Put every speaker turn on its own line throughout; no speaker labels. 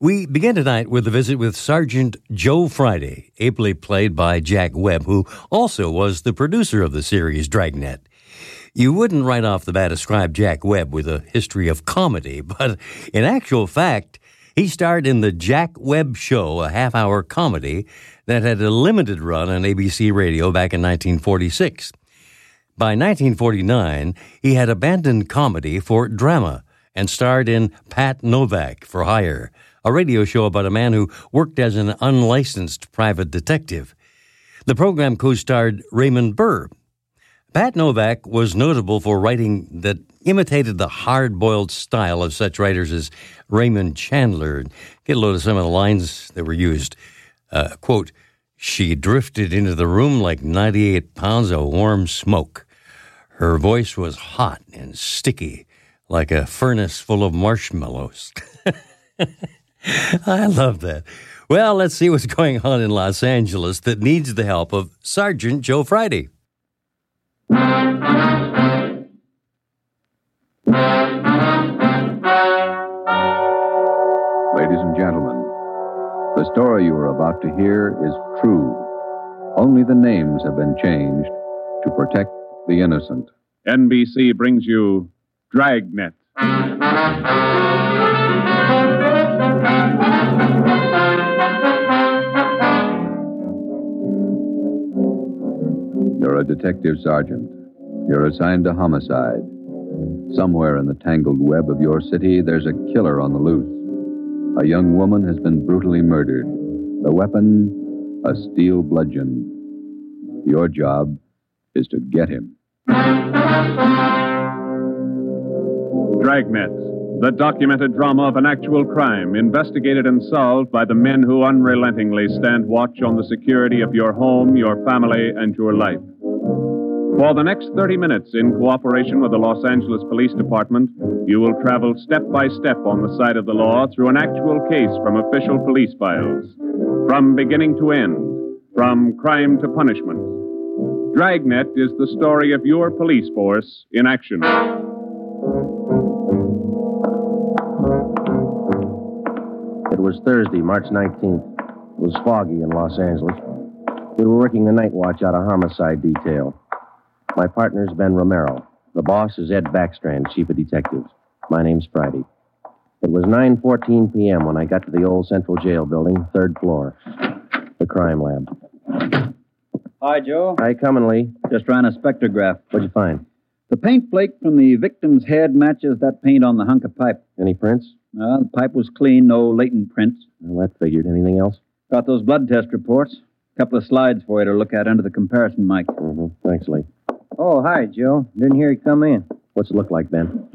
We begin tonight with a visit with Sergeant Joe Friday, ably played by Jack Webb, who also was the producer of the series Dragnet. You wouldn't right off the bat ascribe Jack Webb with a history of comedy, but in actual fact, he starred in the Jack Webb Show, a half hour comedy that had a limited run on ABC radio back in 1946. By 1949, he had abandoned comedy for drama and starred in Pat Novak for Hire, a radio show about a man who worked as an unlicensed private detective. The program co starred Raymond Burr. Pat Novak was notable for writing that imitated the hard boiled style of such writers as Raymond Chandler. Get a load of some of the lines that were used. Uh, quote, she drifted into the room like 98 pounds of warm smoke. Her voice was hot and sticky, like a furnace full of marshmallows. I love that. Well, let's see what's going on in Los Angeles that needs the help of Sergeant Joe Friday.
Ladies and gentlemen, the story you are about to hear is true. Only the names have been changed to protect the innocent.
NBC brings you Dragnet.
You're a detective sergeant. You're assigned to homicide. Somewhere in the tangled web of your city, there's a killer on the loose. A young woman has been brutally murdered. The weapon, a steel bludgeon. Your job is to get him.
Dragnet, the documented drama of an actual crime investigated and solved by the men who unrelentingly stand watch on the security of your home, your family, and your life. For the next 30 minutes, in cooperation with the Los Angeles Police Department, you will travel step by step on the side of the law through an actual case from official police files. From beginning to end, from crime to punishment. Dragnet is the story of your police force in action.
It was Thursday, March 19th. It was foggy in Los Angeles. We were working the night watch out of homicide detail. My partner's Ben Romero. The boss is Ed Backstrand, chief of detectives. My name's Friday. It was 9:14 p.m. when I got to the old Central Jail building, third floor, the crime lab.
Hi, Joe.
I come in, Lee.
Just ran a spectrograph.
What'd you find?
The paint flake from the victim's head matches that paint on the hunk of pipe.
Any prints?
Uh, the pipe was clean, no latent prints.
Well, that figured. Anything else?
Got those blood test reports. A couple of slides for you to look at under the comparison mic.
Mm-hmm. Thanks, Lee.
Oh, hi, Joe. Didn't hear you come in.
What's it look like, Ben?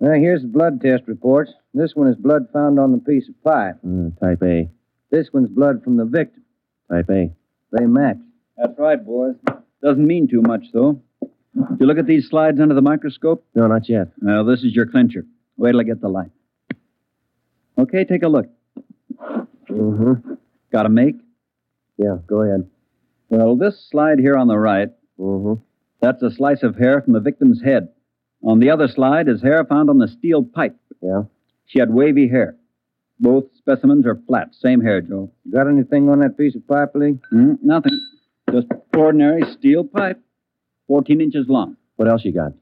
Now, here's the blood test reports. This one is blood found on the piece of pipe.
Uh, type A.
This one's blood from the victim.
Type A.
They match. That's right, boys. Doesn't mean too much, though. Did you look at these slides under the microscope?
No, not yet.
Well, this is your clincher. Wait till I get the light. Okay, take a look.
Mm-hmm.
Got a make?
Yeah, go ahead.
Well, this slide here on the right,
Mm-hmm.
that's a slice of hair from the victim's head. On the other slide is hair found on the steel pipe.
Yeah.
She had wavy hair. Both specimens are flat. Same hair, Joe. Got anything on that piece of pipe, Lee? Mm, nothing. Just ordinary steel pipe, 14 inches long.
What else you got?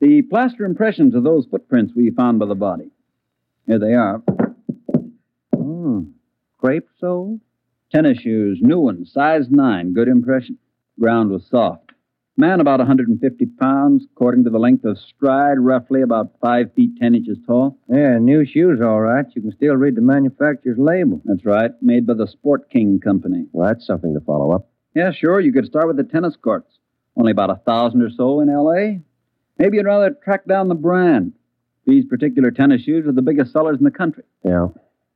The plaster impressions of those footprints we found by the body. Here they are. Oh, crepe sole? Tennis shoes, new one, size 9, good impression. Ground was soft. Man about 150 pounds, according to the length of stride, roughly about 5 feet 10 inches tall.
Yeah, new shoes, all right. You can still read the manufacturer's label.
That's right, made by the Sport King Company.
Well, that's something to follow up.
Yeah, sure, you could start with the tennis courts. Only about a thousand or so in L.A. Maybe you'd rather track down the brand. These particular tennis shoes are the biggest sellers in the country.
Yeah.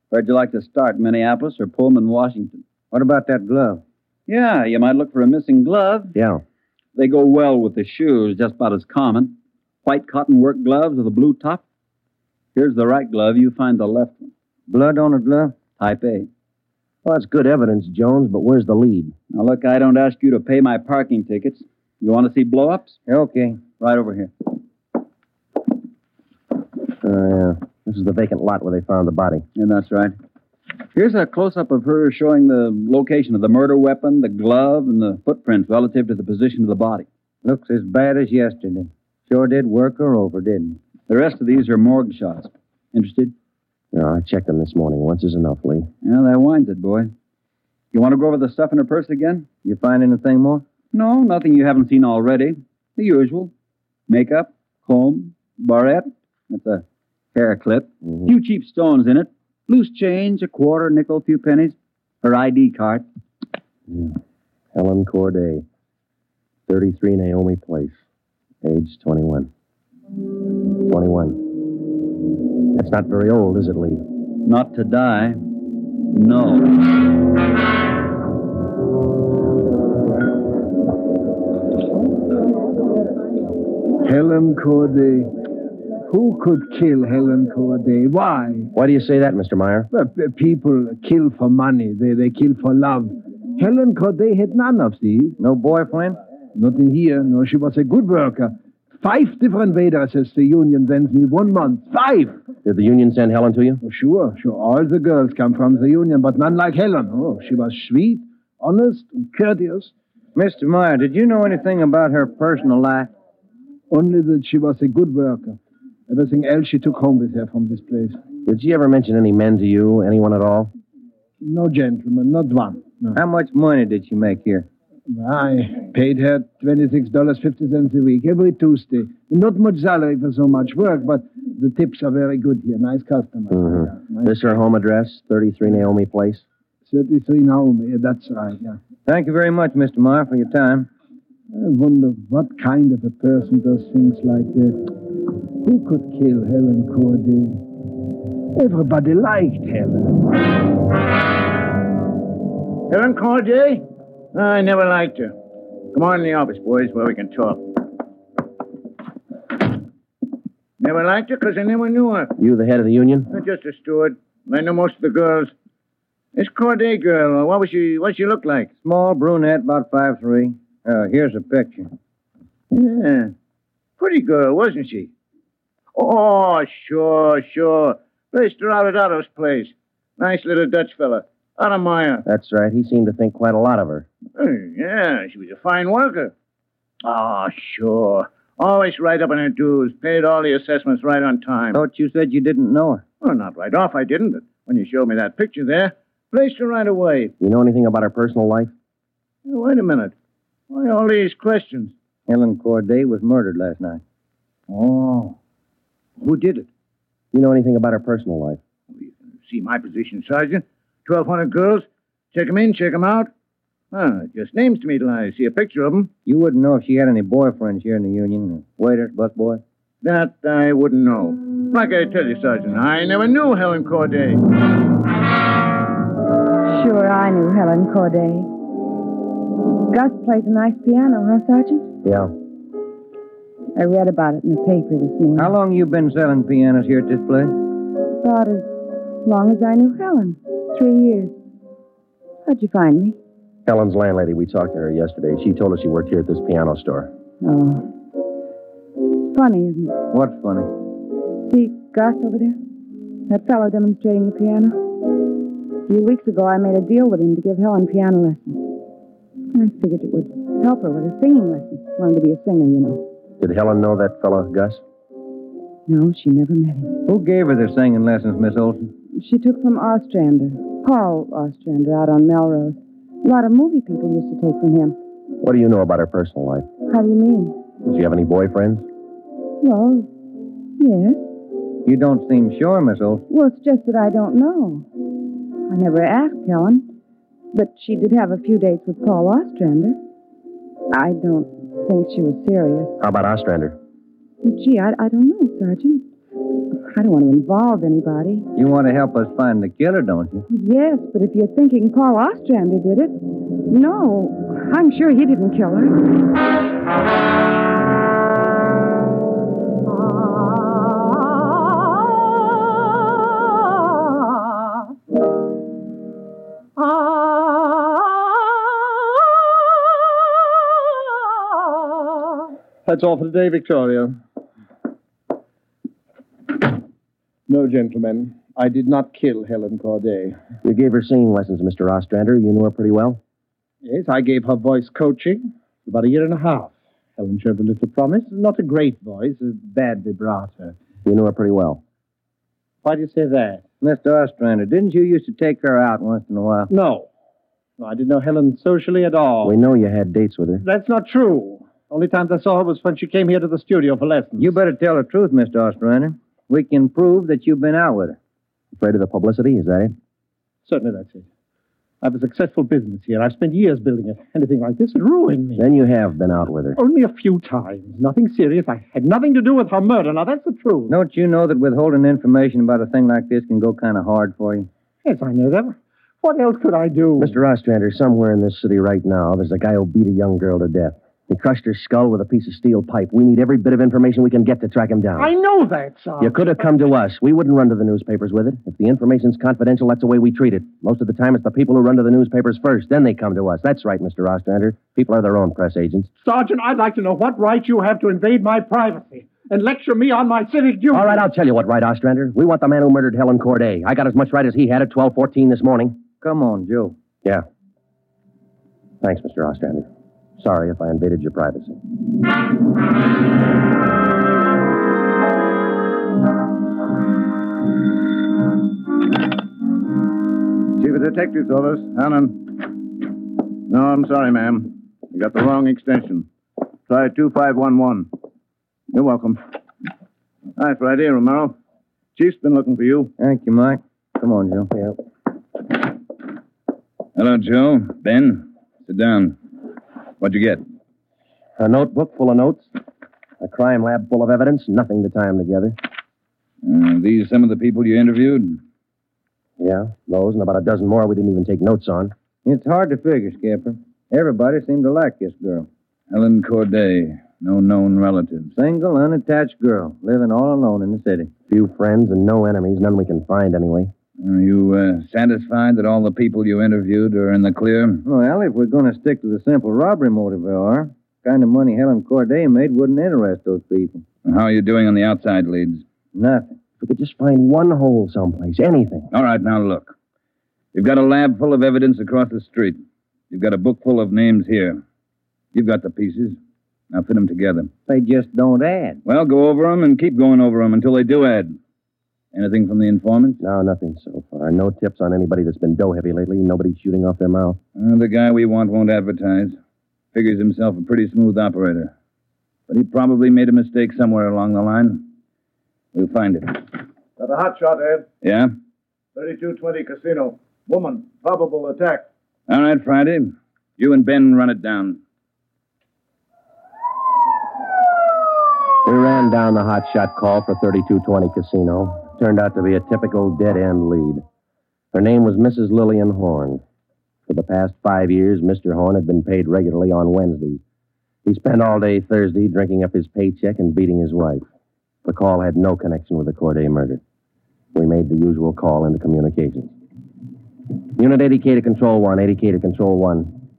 Where'd you like to start, Minneapolis or Pullman, Washington?
What about that glove?
Yeah, you might look for a missing glove.
Yeah.
They go well with the shoes, just about as common. White cotton work gloves with a blue top. Here's the right glove, you find the left one.
Blood on a glove?
Type A.
Well, that's good evidence, Jones, but where's the lead?
Now, look, I don't ask you to pay my parking tickets. You want to see blow ups?
Okay.
Right over here.
Uh, yeah. This is the vacant lot where they found the body.
Yeah, that's right. Here's a close up of her showing the location of the murder weapon, the glove, and the footprints relative to the position of the body.
Looks as bad as yesterday. Sure did work her over, didn't
The rest of these are morgue shots. Interested?
No, I checked them this morning. Once is enough, Lee.
Yeah, that winds it, boy. You want to go over the stuff in her purse again?
he? You find anything more?
No, nothing you haven't seen already. The usual makeup, comb, barrette. That's a hair clip. Few cheap stones in it. Loose change, a quarter, nickel, few pennies. Her ID card.
Helen Corday, 33 Naomi Place, age 21. 21. That's not very old, is it, Lee?
Not to die. No.
Helen Corday. Who could kill Helen Corday? Why?
Why do you say that, Mr. Meyer?
Well, p- people kill for money. They, they kill for love. Helen Corday had none of these.
No boyfriend?
Not in here. No, she was a good worker. Five different waitresses the union sends me one month. Five!
Did the union send Helen to you?
Oh, sure, sure. All the girls come from the union, but none like Helen. Oh, she was sweet, honest, and courteous.
Mr. Meyer, did you know anything about her personal life?
Only that she was a good worker. Everything else she took home with her from this place.
Did she ever mention any men to you, anyone at all?
No gentleman, not one. No.
How much money did she make here?
I paid her $26.50 a week every Tuesday. Not much salary for so much work, but the tips are very good here. Nice customers.
Mm-hmm.
Yeah, nice.
This her home address, 33 Naomi Place?
33 Naomi, yeah, that's right, yeah.
Thank you very much, Mr. Meyer, for your time.
I wonder what kind of a person does things like that. Who could kill Helen Corday? Everybody liked Helen.
Helen Corday? I never liked her. Come on in the office, boys, where we can talk. Never liked her 'cause I never knew her.
You the head of the union?
I'm just a steward. I know most of the girls. This Corday girl, what was she? What she look like?
Small brunette, about five three. Uh, here's a picture.
Yeah, pretty girl, wasn't she? Oh, sure, sure. Placed her out at Otto's place. Nice little Dutch fella, Otto Meyer.
That's right. He seemed to think quite a lot of her.
Hey, Yeah, she was a fine worker. Oh, sure. Always right up on her dues. Paid all the assessments right on time.
Thought you said you didn't know her.
Well, not right off, I didn't, but when you showed me that picture there, placed her right away.
You know anything about her personal life?
Now, Wait a minute. Why all these questions?
Helen Corday was murdered last night.
Oh. Who did it?
You know anything about her personal life?
See my position, Sergeant. 1,200 girls. Check 'em in, check 'em out. Ah, just names to me till I see a picture of 'em.
You wouldn't know if she had any boyfriends here in the union. Waiters, busboy.
That I wouldn't know. Like I tell you, Sergeant, I never knew Helen Corday.
Sure, I knew Helen Corday. Gus plays a nice piano, huh, Sergeant?
Yeah.
I read about it in the paper this morning.
How long you been selling pianos here at this place?
About as long as I knew Helen. Three years. How'd you find me?
Helen's landlady, we talked to her yesterday. She told us she worked here at this piano store.
Oh. Funny, isn't it?
What's funny?
See Gus over there? That fellow demonstrating the piano? A few weeks ago, I made a deal with him to give Helen piano lessons. I figured it would help her with her singing lessons. Wanted to be a singer, you know.
Did Helen know that fellow, Gus?
No, she never met him.
Who gave her the singing lessons, Miss Olson?
She took from Ostrander, Paul Ostrander, out on Melrose. A lot of movie people used to take from him.
What do you know about her personal life?
How do you mean?
Does she have any boyfriends?
Well, yes.
You don't seem sure, Miss Old.
Well, it's just that I don't know. I never asked Helen, but she did have a few dates with Paul Ostrander. I don't think she was serious.
How about Ostrander?
Gee, I, I don't know, Sergeant. I don't want to involve anybody.
You want to help us find the killer, don't you?
Yes, but if you're thinking Paul Ostrander did it, no, I'm sure he didn't kill her.
That's all for today, Victoria.
No, gentlemen. I did not kill Helen Corday.
You gave her singing lessons, Mr. Ostrander. You knew her pretty well.
Yes, I gave her voice coaching for about a year and a half. Helen showed a little promise. Not a great voice, a bad vibrato.
You knew her pretty well.
Why do you say that?
Mr. Ostrander, didn't you used to take her out once in a while?
No. No, I didn't know Helen socially at all.
We know you had dates with her.
That's not true. Only times I saw her was when she came here to the studio for lessons.
You better tell the truth, Mr. Ostrander. We can prove that you've been out with her.
Afraid of the publicity? Is that it?
Certainly that's it. I have a successful business here. I've spent years building it. Anything like this would ruin me.
Then you have been out with her.
Only a few times. Nothing serious. I had nothing to do with her murder. Now, that's the truth.
Don't you know that withholding information about a thing like this can go kind of hard for you?
Yes, I know that. What else could I do?
Mr. Ostrander, somewhere in this city right now, there's a guy who beat a young girl to death. He crushed her skull with a piece of steel pipe. We need every bit of information we can get to track him down.
I know that, Sergeant.
You could have come to us. We wouldn't run to the newspapers with it. If the information's confidential, that's the way we treat it. Most of the time, it's the people who run to the newspapers first. Then they come to us. That's right, Mr. Ostrander. People are their own press agents.
Sergeant, I'd like to know what right you have to invade my privacy and lecture me on my civic duty.
All right, I'll tell you what right, Ostrander. We want the man who murdered Helen Corday. I got as much right as he had at 1214 this morning.
Come on, Joe.
Yeah. Thanks, Mr. Ostrander. Sorry if I invaded your privacy.
Chief of Detectives Office, Hannon. No, I'm sorry, ma'am. You got the wrong extension. Try 2511. You're welcome. Hi, Friday, Romero. Chief's been looking for you.
Thank you, Mike. Come on, Joe.
Hello, Joe. Ben, sit down. What'd you get?
A notebook full of notes, a crime lab full of evidence, nothing to tie them together.
Uh, these some of the people you interviewed?
Yeah, those and about a dozen more we didn't even take notes on.
It's hard to figure, Skipper. Everybody seemed to like this girl.
Helen Corday, no known relatives.
Single, unattached girl, living all alone in the city.
Few friends and no enemies, none we can find anyway.
Are you uh, satisfied that all the people you interviewed are in the clear?
Well, if we're going to stick to the simple robbery motive, we are. The kind of money Helen Corday made wouldn't interest those people.
How are you doing on the outside leads?
Nothing.
If we could just find one hole someplace, anything.
All right, now look. You've got a lab full of evidence across the street. You've got a book full of names here. You've got the pieces. Now fit them together.
They just don't add.
Well, go over them and keep going over them until they do add. Anything from the informants?
No, nothing so far. No tips on anybody that's been dough heavy lately. Nobody shooting off their mouth.
Uh, the guy we want won't advertise. Figures himself a pretty smooth operator. But he probably made a mistake somewhere along the line. We'll find it.
Got a hot shot, Ed.
Yeah?
3220 Casino. Woman, probable attack.
All right, Friday. You and Ben run it down.
We ran down the hot shot call for 3220 Casino turned out to be a typical dead end lead. Her name was Mrs. Lillian Horn. For the past five years, Mr. Horn had been paid regularly on Wednesdays. He spent all day Thursday drinking up his paycheck and beating his wife. The call had no connection with the Corday murder. We made the usual call into communications. Unit 80K to Control 1, 80K to Control 1.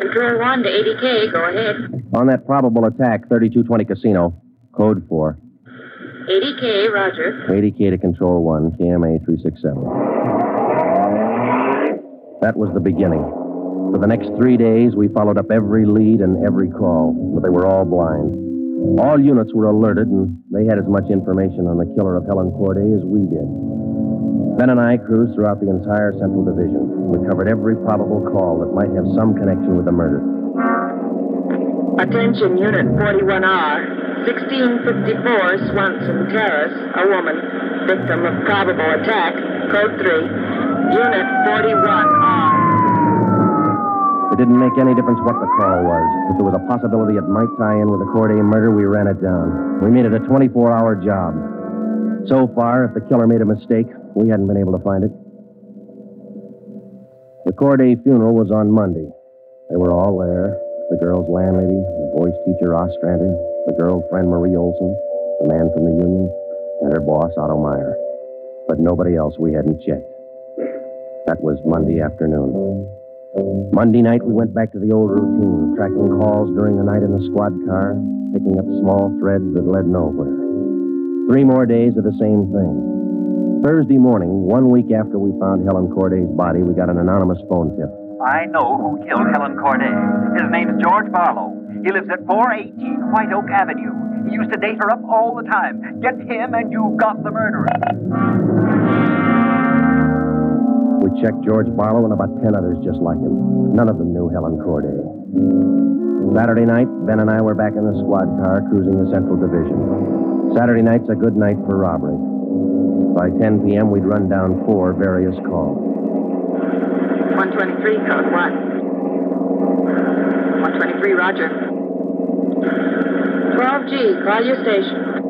Control 1 to 80K, go ahead.
On that probable attack, 3220 Casino, code 4.
80K, roger.
80K to Control 1, KMA 367. That was the beginning. For the next three days, we followed up every lead and every call, but they were all blind. All units were alerted, and they had as much information on the killer of Helen Corday as we did. Ben and I cruised throughout the entire Central Division. We covered every probable call that might have some connection with the murder.
Attention Unit 41R, 1654 Swanson Terrace, a woman, victim of probable attack, code 3. Unit 41R.
It didn't make any difference what the call was. If there was a possibility it might tie in with the Corday murder, we ran it down. We made it a 24 hour job. So far, if the killer made a mistake, we hadn't been able to find it. The Corday funeral was on Monday. They were all there the girl's landlady, the boy's teacher, Ostrander, the girl's friend, Marie Olson, the man from the union, and her boss, Otto Meyer. But nobody else we hadn't checked. That was Monday afternoon. Monday night, we went back to the old routine, tracking calls during the night in the squad car, picking up small threads that led nowhere. Three more days of the same thing. Thursday morning, one week after we found Helen Corday's body, we got an anonymous phone tip.
I know who killed Helen Corday. His name's George Barlow. He lives at 418 White Oak Avenue. He used to date her up all the time. Get him, and you've got the murderer.
We checked George Barlow and about 10 others just like him. None of them knew Helen Corday. Saturday night, Ben and I were back in the squad car cruising the Central Division. Saturday night's a good night for robbery. By 10 p.m., we'd run down four various calls.
123, code 1. 123, roger. 12G, call your station.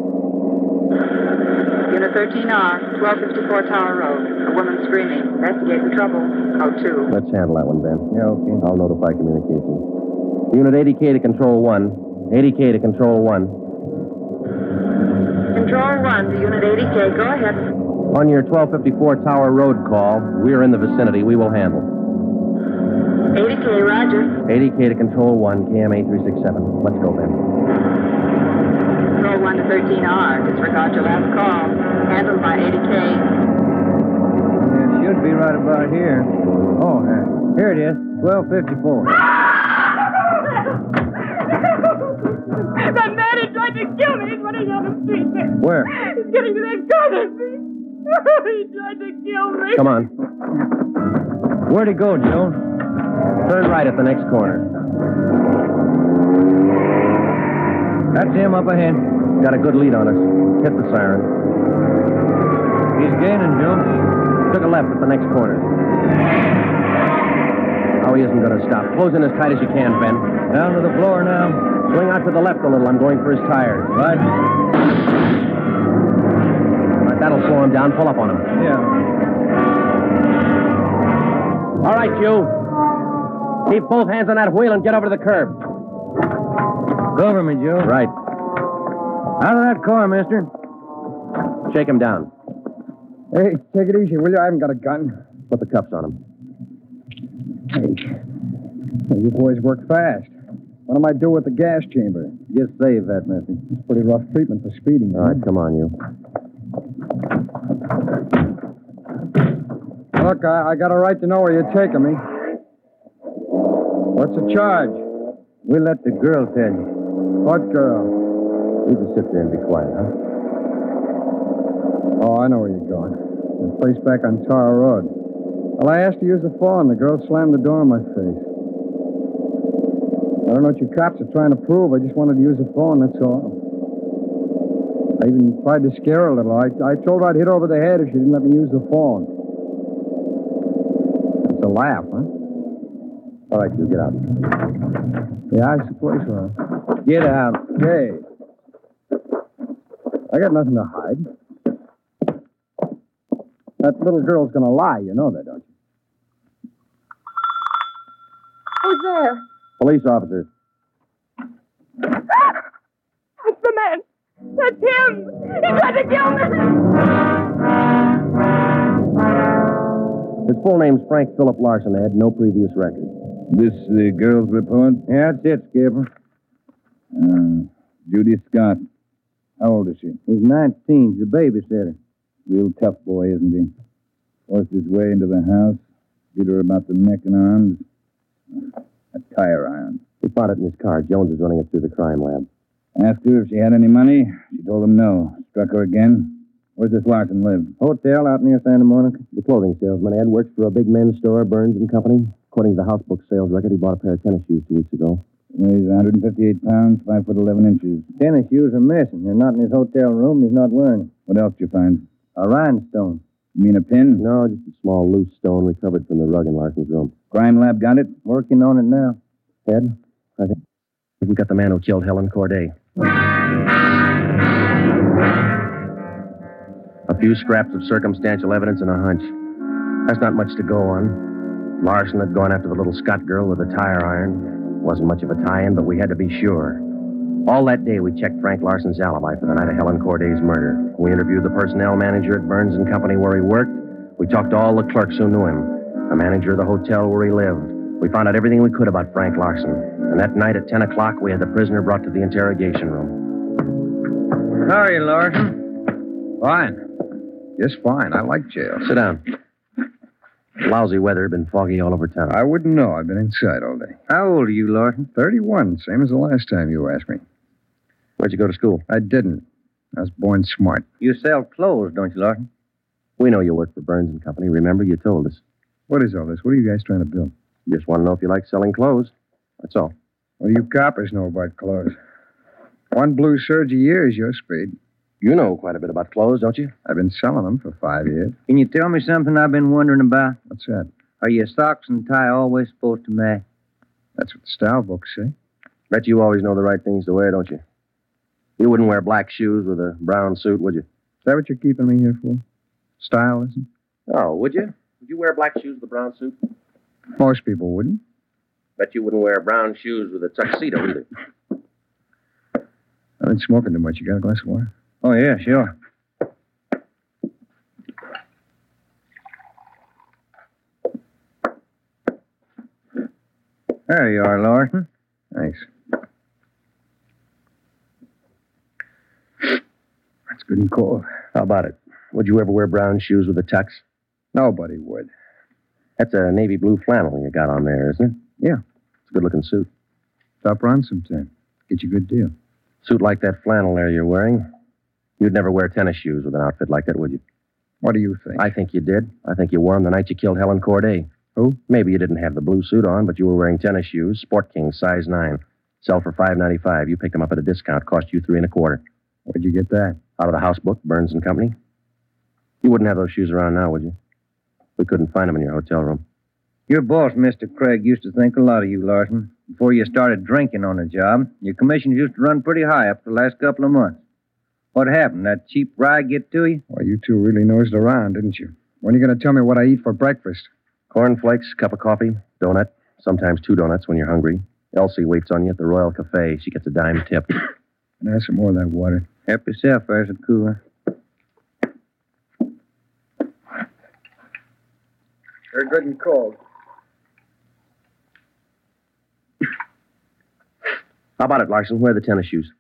Unit 13R, 1254 Tower Road. A woman screaming. Investigating trouble. Code 2.
Let's handle that one, Ben. Yeah, okay. I'll notify communications. Unit 80K to Control 1. 80K to Control 1.
Control 1 to Unit 80K, go ahead.
On your 1254 Tower Road call, we're in the vicinity. We will handle.
80K, roger.
80K to Control 1, KMA 367. Let's go, Ben.
Control 1 to 13R, disregard your last call. Handled by 80K.
It should be right about here. Oh, uh, here it is. 1254.
that man who tried to kill me is running down the street.
Where?
He's getting to that garden. he tried to kill me.
Come on. Where'd he go, Joe? Turn right at the next corner. That's him up ahead. Got a good lead on us. Hit the siren. He's gaining, Joe. Took a left at the next corner. Oh, he isn't going to stop. Close in as tight as you can, Ben. Down to the floor now. Swing out to the left a little. I'm going for his tires. Right. All right, that'll slow him down. Pull up on him.
Yeah.
All right, you. Keep both hands on that wheel and get over to the curb.
Go over me, Joe.
Right.
Out of that car, mister.
Shake him down.
Hey, take it easy, will you? I haven't got a gun.
Put the cuffs on him.
Hey. Hey, You boys work fast. What am I do with the gas chamber? Just save that, mister. It's pretty rough treatment for speeding.
All right, come on, you.
Look, I, I got a right to know where you're taking me. What's the charge? We let the girl tell you. What girl?
You just sit there and be quiet, huh?
Oh, I know where you're going. The place back on Tower Road. Well, I asked to use the phone. The girl slammed the door in my face. I don't know what you cops are trying to prove. I just wanted to use the phone, that's all. I even tried to scare her a little. I, I told her I'd hit her over the head if she didn't let me use the phone. It's a laugh, huh?
All right, you get out.
Yeah, I suppose so. Get out. Hey. I got nothing to hide. That little girl's gonna lie, you know that, don't you?
Who's there?
Police officer.
That's the man. That's him. He tried to kill me.
His full name's Frank Philip Larson. They had no previous record.
This the girl's report?
Yeah, that's it, Skipper.
Uh, Judy Scott. How old is she?
He's 19. He's a babysitter.
Real tough boy, isn't he? Forced his way into the house, beat her about the neck and arms. A tire iron.
He found it in his car. Jones is running it through the crime lab.
Asked her if she had any money. She told him no. Struck her again. Where's this Larson live?
Hotel out near Santa Monica.
The clothing salesman, Ed, works for a big men's store, Burns and Company. According to the housebook sales record, he bought a pair of tennis shoes two weeks ago.
Weighs 158 pounds, 5 foot 11 inches.
Tennis shoes are missing. They're not in his hotel room. He's not wearing them.
What else did you find?
A rhinestone.
You mean a pin?
No, just a small loose stone recovered from the rug in Larson's room.
Crime lab got it?
Working on it now.
Ed, I think we got the man who killed Helen Corday. A few scraps of circumstantial evidence and a hunch. That's not much to go on. Larson had gone after the little Scott girl with a tire iron. Wasn't much of a tie in, but we had to be sure. All that day, we checked Frank Larson's alibi for the night of Helen Corday's murder. We interviewed the personnel manager at Burns and Company where he worked. We talked to all the clerks who knew him, the manager of the hotel where he lived. We found out everything we could about Frank Larson. And that night at 10 o'clock, we had the prisoner brought to the interrogation room.
How are you, Larson?
Fine.
Just fine. I like jail.
Sit down. Lousy weather, been foggy all over town.
I wouldn't know. I've been inside all day.
How old are you, Larson?
31, same as the last time you asked me.
Where'd you go to school?
I didn't. I was born smart.
You sell clothes, don't you, Larson?
We know you work for Burns and Company. Remember, you told us.
What is all this? What are you guys trying to build?
Just want to know if you like selling clothes. That's all.
What do you coppers know about clothes? One blue serge a year is your speed.
You know quite a bit about clothes, don't you?
I've been selling them for five years.
Can you tell me something I've been wondering about?
What's that?
Are your socks and tie always supposed to match?
That's what the style books say.
Bet you always know the right things to wear, don't you? You wouldn't wear black shoes with a brown suit, would you?
Is that what you're keeping me here for? Style, isn't
Oh, would you? Would you wear black shoes with a brown suit?
it? Most people wouldn't.
Bet you wouldn't wear brown shoes with a tuxedo either.
I've been smoking too much. You got a glass of water?
Oh, yeah, sure. There you are, Larson.
Thanks. That's good and cold.
How about it? Would you ever wear brown shoes with a tux?
Nobody would.
That's a navy blue flannel you got on there, isn't it?
Yeah.
It's a good looking suit.
Stop around sometime. Get you a good deal.
Suit like that flannel there you're wearing. You'd never wear tennis shoes with an outfit like that, would you?
What do you think?
I think you did. I think you wore them the night you killed Helen Corday.
Who?
Maybe you didn't have the blue suit on, but you were wearing tennis shoes, Sport King, size nine. Sell for five ninety five. You picked them up at a discount, cost you three and a quarter.
Where'd you get that?
Out of the house book, Burns and Company. You wouldn't have those shoes around now, would you? We couldn't find them in your hotel room.
Your boss, Mr. Craig, used to think a lot of you, Larson. Before you started drinking on the job, your commissions used to run pretty high up the last couple of months. What happened? That cheap rye get to you?
Well, you two really nosed around, didn't you? When are you going to tell me what I eat for breakfast?
Cornflakes, cup of coffee, donut, sometimes two donuts when you're hungry. Elsie waits on you at the Royal Cafe. She gets a dime tip.
And have some more of that water.
Help yourself, there's a cooler.
They're good and cold.
How about it, Larson? Where are the tennis shoes?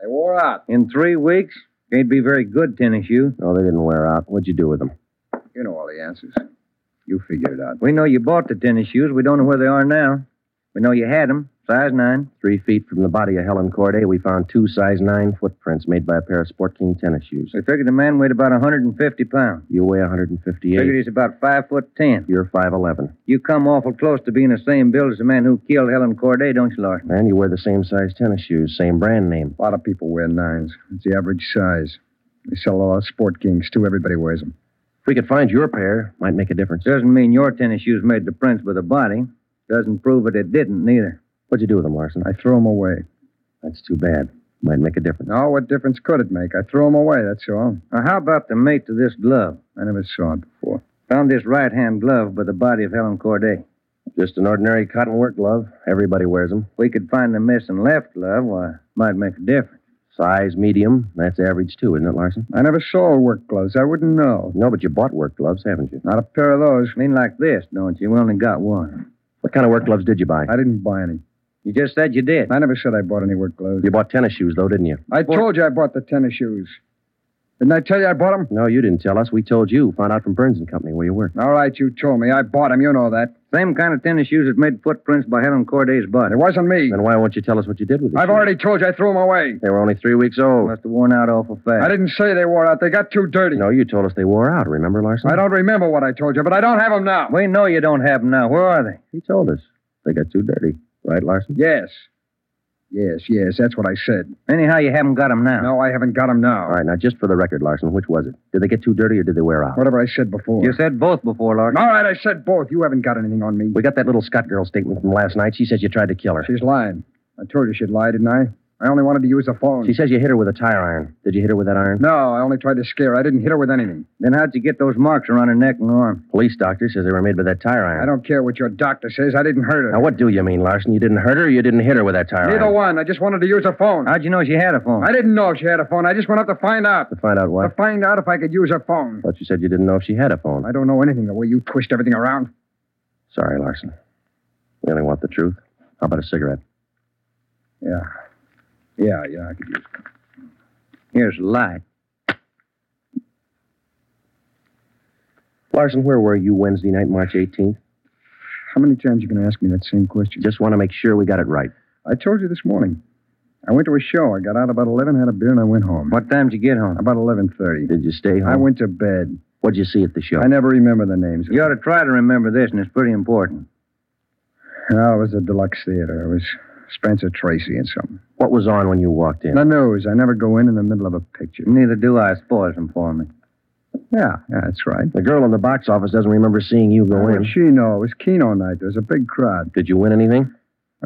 They wore out.
In three weeks, can't be very good tennis shoes.
No, Oh, they didn't wear out. What'd you do with them?
You know all the answers. You figure it out.
We know you bought the tennis shoes. We don't know where they are now. We know you had them, size nine.
Three feet from the body of Helen Corday, we found two size nine footprints made by a pair of Sport King tennis shoes.
We figured the man weighed about 150 pounds.
You weigh 158.
Figured he's about five foot ten.
You're 5'11.
You come awful close to being the same build as the man who killed Helen Corday, don't you, Larson?
And you wear the same size tennis shoes, same brand name.
A lot of people wear nines. It's the average size. They sell a lot of sport kings, too. Everybody wears them.
If we could find your pair, might make a difference.
Doesn't mean your tennis shoes made the prints with the body. Doesn't prove that it didn't, neither.
What'd you do with them, Larson?
I throw them away.
That's too bad. Might make a difference.
No, what difference could it make? I throw them away, that's all.
Now, how about the mate to this glove?
I never saw it before.
Found this right hand glove by the body of Helen Corday.
Just an ordinary cotton work glove. Everybody wears them.
If we could find the missing left glove, why, might make a difference.
Size medium. That's average, too, isn't it, Larson?
I never saw work gloves. I wouldn't know.
No, but you bought work gloves, haven't you?
Not a pair of those.
I mean, like this, don't you? We only got one.
What kind of work gloves did you buy?
I didn't buy any.
You just said you did.
I never said I bought any work gloves.
You bought tennis shoes, though, didn't you?
I told you I bought the tennis shoes. Didn't I tell you I bought them?
No, you didn't tell us. We told you. Found out from Burns and Company where you worked.
All right, you told me. I bought them. You know that.
Same kind of tennis shoes that made footprints by Helen Corday's body.
It wasn't me.
Then why won't you tell us what you did with them?
I've already told you I threw them away.
They were only three weeks old.
Must have worn out awful fast.
I didn't say they wore out. They got too dirty.
No, you told us they wore out. Remember, Larson?
I don't remember what I told you, but I don't have them now.
We know you don't have them now. Where are they?
He told us they got too dirty. Right, Larson?
Yes. Yes, yes, that's what I said.
Anyhow, you haven't got them now.
No, I haven't got them now.
All right, now just for the record, Larson, which was it? Did they get too dirty or did they wear out?
Whatever I said before.
You said both before, Larson.
All right, I said both. You haven't got anything on me.
We got that little Scott girl statement from last night. She says you tried to kill her.
She's lying. I told you she'd lie, didn't I? I only wanted to use the phone.
She says you hit her with a tire iron. Did you hit her with that iron?
No, I only tried to scare her. I didn't hit her with anything.
Then how'd you get those marks around her neck and arm?
Police doctor says they were made by that tire iron.
I don't care what your doctor says. I didn't hurt her.
Now, what do you mean, Larson? You didn't hurt her or you didn't hit her with that tire
Neither
iron?
one. I just wanted to use her phone.
How'd you know she had a phone?
I didn't know if she had a phone. I just went up to find out.
To find out
To
what?
find out if I could use her phone.
But you said you didn't know if she had a phone.
I don't know anything the way you twist everything around.
Sorry, Larson. We only want the truth. How about a cigarette?
Yeah. Yeah, yeah, I could use it.
Here's a light.
Larson, where were you Wednesday night, March 18th?
How many times you going to ask me that same question?
Just want to make sure we got it right.
I told you this morning. I went to a show. I got out about 11, had a beer, and I went home.
What time did you get home?
About 11.30.
Did you stay home?
I went to bed.
What'd you see at the show?
I never remember the names.
You ought to try to remember this, and it's pretty important.
No, it was the Deluxe Theater. It was Spencer Tracy and something.
What was on when you walked in?
The news. I never go in in the middle of a picture.
Neither do I. Spoils them for me.
Yeah, yeah, that's right.
The girl in the box office doesn't remember seeing you go
What'd
in.
she know? It was Keno night. There was a big crowd.
Did you win anything?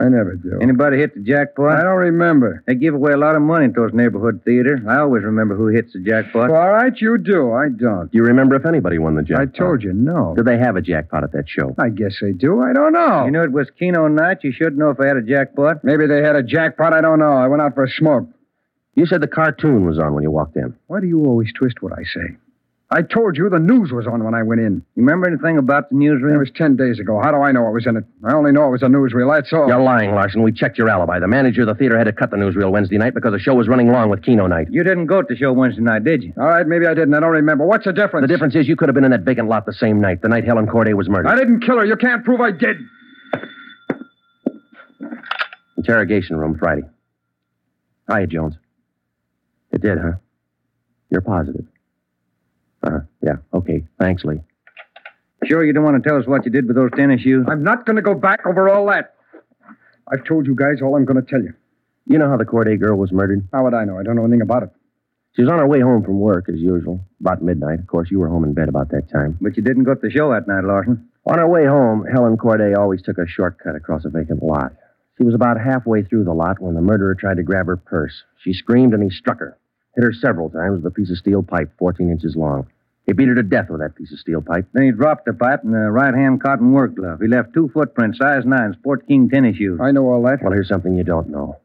I never do.
Anybody hit the jackpot?
I don't remember.
They give away a lot of money at those neighborhood theaters. I always remember who hits the jackpot.
Well, all right, you do. I don't.
Do you remember if anybody won the
I
jackpot?
told you, no.
Did they have a jackpot at that show?
I guess they do. I don't know.
You knew it was Keno night. You should know if I had a jackpot.
Maybe they had a jackpot. I don't know. I went out for a smoke.
You said the cartoon was on when you walked in.
Why do you always twist what I say? I told you the news was on when I went in.
You remember anything about the
It
newsroom?
was ten days ago. How do I know it was in it? I only know it was a newsreel. That's all.
You're lying, Larson. We checked your alibi. The manager of the theater had to cut the newsreel Wednesday night because the show was running long with Keno night.
You didn't go to the show Wednesday night, did you?
All right, maybe I didn't. I don't remember. What's the difference?
The difference is you could have been in that vacant lot the same night, the night Helen Corday was murdered.
I didn't kill her. You can't prove I did.
Interrogation room Friday. Hiya, Jones. It did, huh? You're positive. Uh huh. Yeah. Okay. Thanks, Lee.
Sure, you don't want to tell us what you did with those tennis shoes?
I'm not going to go back over all that. I've told you guys all I'm going to tell you.
You know how the Corday girl was murdered?
How would I know? I don't know anything about it.
She was on her way home from work, as usual, about midnight. Of course, you were home in bed about that time.
But you didn't go to the show that night, Larson.
On her way home, Helen Corday always took a shortcut across a vacant lot. She was about halfway through the lot when the murderer tried to grab her purse. She screamed and he struck her. Hit her several times with a piece of steel pipe 14 inches long. He beat her to death with that piece of steel pipe.
Then he dropped the pipe in the right hand cotton work glove. He left two footprints, size nine, Sport King tennis shoes.
I know all that.
Well, here's something you don't know.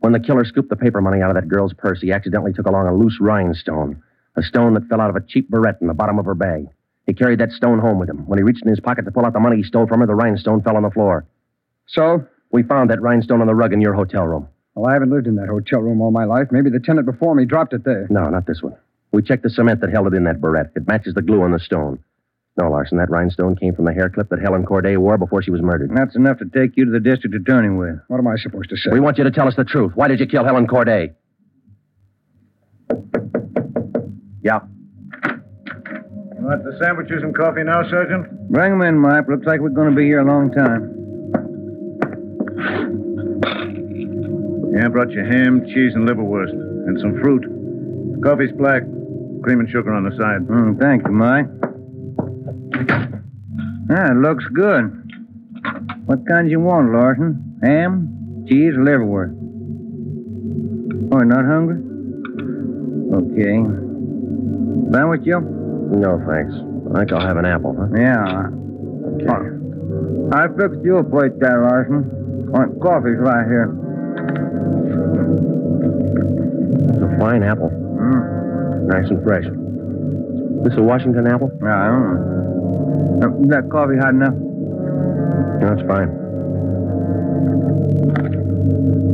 When the killer scooped the paper money out of that girl's purse, he accidentally took along a loose rhinestone, a stone that fell out of a cheap barrette in the bottom of her bag. He carried that stone home with him. When he reached in his pocket to pull out the money he stole from her, the rhinestone fell on the floor.
So?
We found that rhinestone on the rug in your hotel room.
Well, I haven't lived in that hotel room all my life. Maybe the tenant before me dropped it there.
No, not this one. We checked the cement that held it in that barrette. It matches the glue on the stone. No, Larson, that rhinestone came from the hair clip that Helen Corday wore before she was murdered.
And that's enough to take you to the district attorney with.
What am I supposed to say?
We want you to tell us the truth. Why did you kill Helen Corday? Yeah.
You want the sandwiches and coffee now, Sergeant?
Bring 'em in, Mike. Looks like we're going to be here a long time.
Yeah, I brought you ham, cheese, and liverwurst, and some fruit. The coffee's black, cream and sugar on the side.
Oh,
Mm, thank you, Mike. Ah, it looks good. What kind you want, Larson? Ham, cheese, or liverwurst? Oh, not hungry? Okay. Sandwich, Joe?
No, thanks. I think I'll have an apple, huh?
Yeah. Oh. I fixed you a plate there, Larson. Oh, coffee's right here.
It's a fine apple.
Mm.
Nice and fresh. This a Washington apple?
Yeah, I don't know. Uh, That coffee hot enough?
No, it's fine.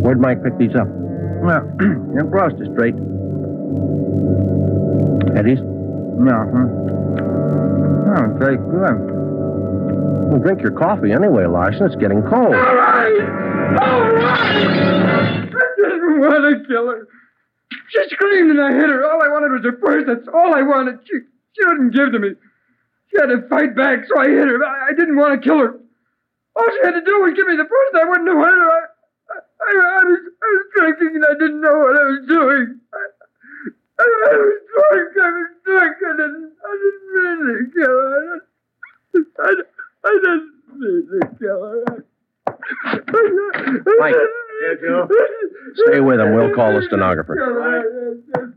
Where'd Mike pick these up?
Well, across the street.
Eddie's?
No, huh? Oh, tastes good.
Well, drink your coffee anyway, Larson. It's getting cold.
All right! I didn't want to kill her. She screamed and I hit her. All I wanted was her purse. That's all I wanted. She, she wouldn't give to me. She had to fight back, so I hit her. I, I didn't want to kill her. All she had to do was give me the purse. I wouldn't have hurt her. I, I, I, I was, was drinking and I didn't know what I was doing. I, I, I was drunk. I was drunk. I didn't, I didn't mean to kill her. I, didn't- I, I didn't mean to kill her.
Mike.
Yeah, Joe.
Stay with him. We'll call the stenographer.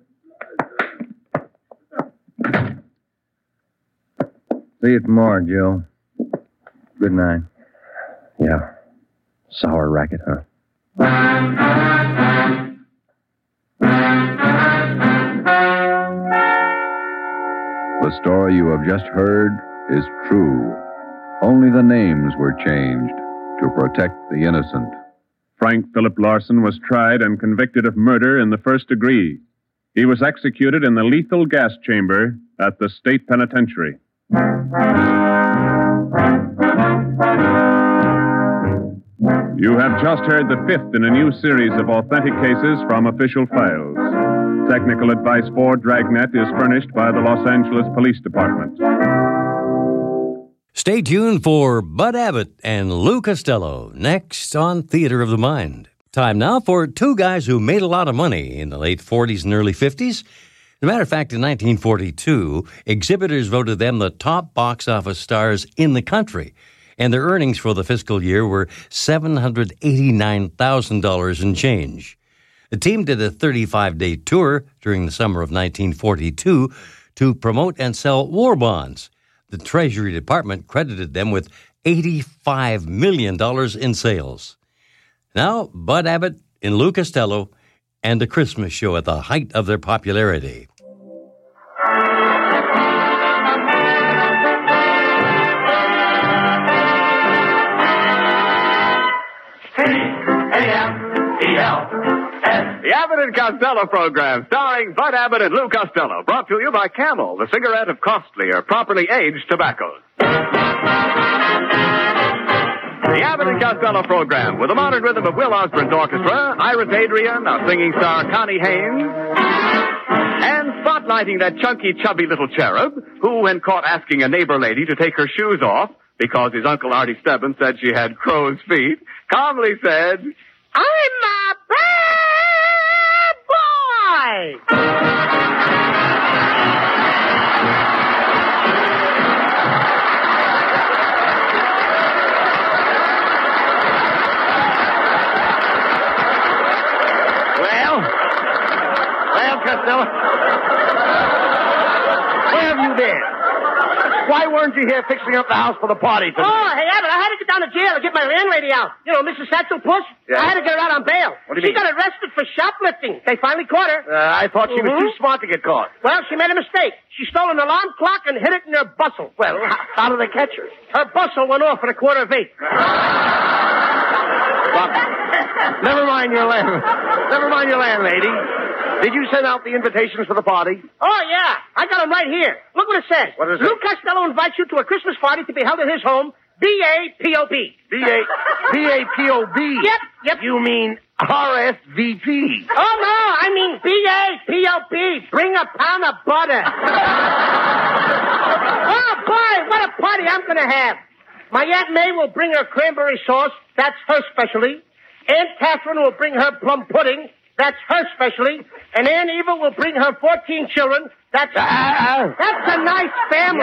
See you tomorrow, Joe. Good night.
Yeah. Sour racket, huh?
The story you have just heard is true. Only the names were changed to protect the innocent.
Frank Philip Larson was tried and convicted of murder in the first degree. He was executed in the lethal gas chamber at the state penitentiary. You have just heard the fifth in a new series of authentic cases from official files. Technical advice for Dragnet is furnished by the Los Angeles Police Department.
Stay tuned for Bud Abbott and Lou Costello next on Theater of the Mind. Time now for two guys who made a lot of money in the late 40s and early 50s. As a matter of fact, in 1942, exhibitors voted them the top box office stars in the country, and their earnings for the fiscal year were $789,000 and change. The team did a 35 day tour during the summer of 1942 to promote and sell war bonds. The Treasury Department credited them with $85 million in sales. Now, Bud Abbott and Lou Costello and the Christmas show at the height of their popularity.
The Abbott and Costello program, starring Bud Abbott and Lou Costello, brought to you by Camel, the cigarette of costlier, properly aged tobaccos. The Abbott and Costello program, with the modern rhythm of Will Osborne's orchestra, Ira Adrian, our singing star Connie Haynes, and spotlighting that chunky, chubby little cherub who, when caught asking a neighbor lady to take her shoes off because his uncle Artie Stebbins said she had crow's feet, calmly said, I'm a bad boy! Well, well, Costello, where have you been? Why weren't you here fixing up the house for the party
Oh,
tonight?
hey, Abbott, I had to get down to jail to get my landlady out. You know, Mrs. Satchel Puss?
Yeah.
I had to get her out on bail.
What do you
she
mean?
got arrested for shoplifting. They finally caught her.
Uh, I thought she was
Mhm.
too smart to get caught.
Well, she made a mistake. She stole an alarm clock and hid it in her bustle. Well, h- how did they catch her? Her bustle went off at a quarter of eight.
Never mind your land. Never mind your landlady. Did you send out the invitations for the party?
Oh, yeah. I got 'em right here. Look what it says.
What is it?
Lou Costello invites you to a Christmas party to be held at his home, B-A-P-O-B.
B-A- B-A-P-O-B?
Yep, yep. You mean
RSVP.
Oh, no, I mean B-A-P-O-B. Bring a pound of butter. oh, boy, what a party I'm going to have. My Aunt May will bring her cranberry sauce. That's her specialty. Aunt Catherine will bring her plum pudding. That's her specialty. And Aunt Eva will bring her 14 children. That's,
Ah,
that's a nice family.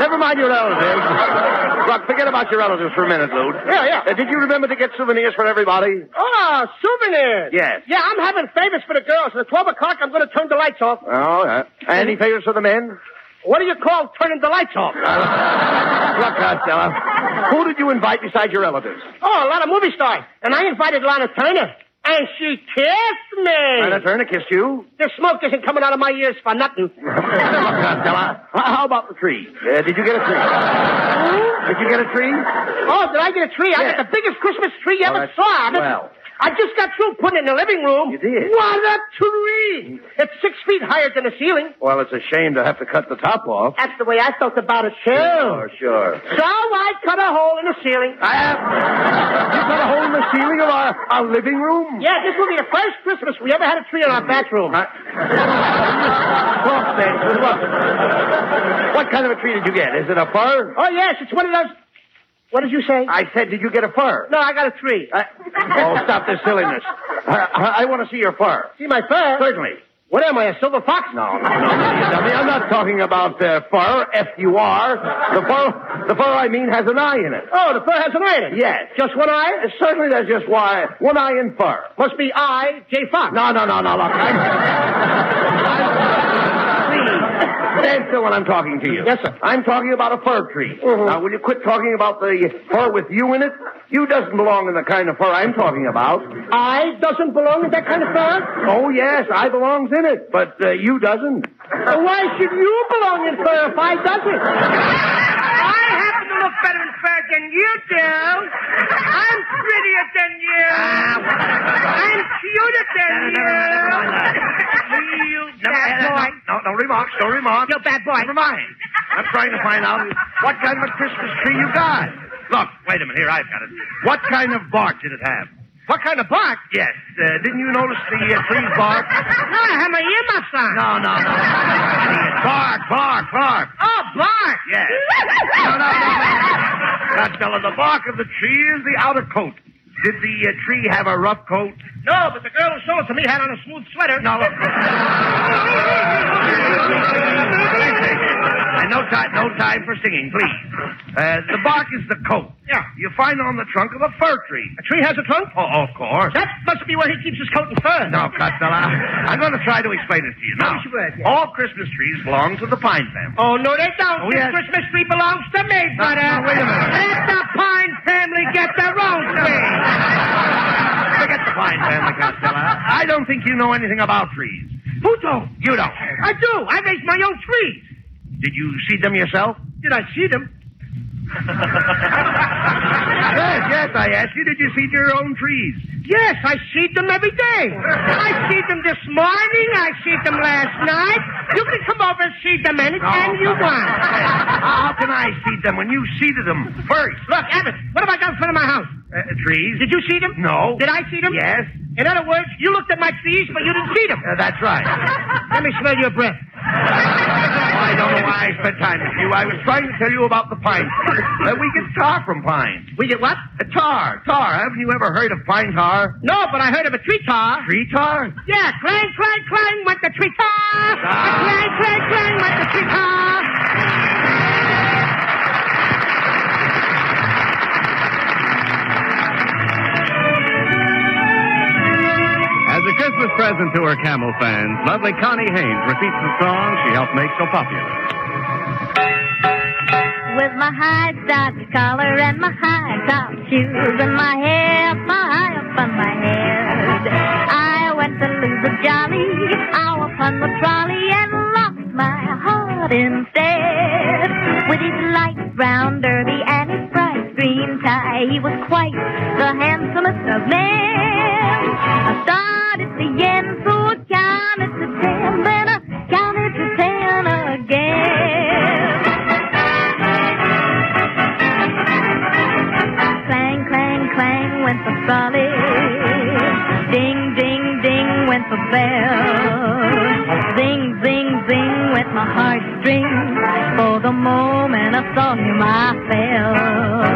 Never mind your relatives. Look, forget about your relatives for a minute, Lou.
Yeah, yeah.
Uh, did you remember to get souvenirs for everybody?
Oh, souvenirs.
Yes.
Yeah, I'm having favors for the girls. At 12 o'clock, I'm going to turn the lights off.
Oh, yeah. Any favors for the men?
What do you call turning the lights off?
Look, Costello. Who did you invite besides your relatives?
Oh, a lot of movie stars. And I invited Lana Turner. And she kissed me.
Lana Turner kissed you?
The smoke isn't coming out of my ears for nothing.
Costello, h- how about the tree? Uh, did you get a tree? did you get a tree?
Oh, did I get a tree? I got the biggest Christmas tree you
Well,
ever
that's
saw.
swell.
I just got through putting it in the living room. You
did?
What a tree! It's six feet higher than the ceiling.
Well, it's a shame to have to cut the top off.
That's the way I felt about it, too.
Sure, sure.
So I cut a hole in the ceiling. I have. You cut a hole in the ceiling of our, our living room? Yeah, this will be the first Christmas we ever had a tree in
Mm.
our back room.
Look, then, look. What kind of a tree did you get? Is it a fir?
Oh, yes, it's one of those What did you say?
I said, did you get a fur?
No, I got a three.
Oh, stop this silliness. I, I, I want to see your fur.
See my fur?
Certainly.
What am I, a silver fox?
No, no, no. Dummy, I'm not talking about uh, fur, F-U-R. The fur, the fur I mean has an eye in it.
Oh, the fur has an eye in it.
Yes. Uh,
Just one eye?
Certainly there's just why, one eye in fur.
Must be I, J. Fox.
No, no, no, no, look. I'm, I'm, please, stand still when I'm talking to you.
Yes, sir. Mm-hmm.
I'm talking about a fir tree. Now, will you quit talking about the fur with you in it? You doesn't belong in the kind of fur I'm talking about.
I doesn't belong in that kind of fur?
Oh, yes, I belongs in it, but uh, you doesn't.
Well, Uh, why should you belong in fur if I doesn't? I happen to look better in fur than you do. I'm prettier than you. I'm cuter than you. You bad boy.
No, no remarks, no remarks.
You bad boy.
Never mind. I'm trying to find out what kind of a Christmas tree you got. Look, wait a minute. Here, I've got it. What kind of bark did it have?
What kind of bark?
Yes. Uh, didn't you notice the uh, tree's bark?
No, I have my earmuffs on.
No, no, no. Bark, bark, bark.
Oh, bark.
Yes. No, no, no. no. Now, Stella, the bark of the tree is the outer coat. Did the uh, tree have a rough coat?
No, but the girl who sold it to me had on a smooth sweater.
No. look. And no time, no time for singing, please. Uh, the bark is the coat.
Yeah.
You find on the trunk of a fir tree.
A tree has a trunk?
Oh, of course.
That must be where he keeps his coat and fur.
No, Costello, I'm going to try to explain it to you. Now,
Wish you would, yeah.
all Christmas trees belong to the pine family.
Oh, no, they don't.
Oh,
this
yes.
Christmas tree belongs to me,
No,
brother.
no, wait a minute.
Let the Pine family get their own tree.
Forget the pine family, Costello. I don't think you know anything about trees.
Who don't?
You don't.
I do. I raised my own trees.
Did you see them yourself?
Did I see them?
Yes, yes, I asked you. Did you see your own trees?
Yes, I see them every day. I see them this morning. I see them last night. You can come over and see them anytime you want.
Oh, How can I see them when you seeded them first?
Look, Abbott, what have I got in front of my house?
Uh, trees?
Did you see them?
No.
Did I see them?
Yes.
In other words, you looked at my trees, but you didn't see them.
Uh, that's right.
Let me smell your breath.
I don't know why I spent time with you. I was trying to tell you about the pine tree. Uh, we get tar from pines.
We get what?
Uh, tar, tar. Haven't you ever heard of pine tar?
No, but I heard of a tree tar.
Tree tar?
Yeah, clang, clang, clang went the tree tar. Clang, clang, clang went the tree tar.
As a Christmas present to her camel fans, lovely Connie Haynes repeats the song she helped make so popular.
With my high top collar and my high top shoes and my hair up my high up on my head. I went to lose a jolly hour upon the trolley and lost my heart instead. With his light brown derby and his bright green tie, he was quite the handsomest of men. I started to yen, so I counted to ten, then I counted to ten again. Clang, clang, clang went the trolley. Ding, ding, ding went the bell. Zing, zing, zing went my heartstrings. For the moment I saw him, I fell.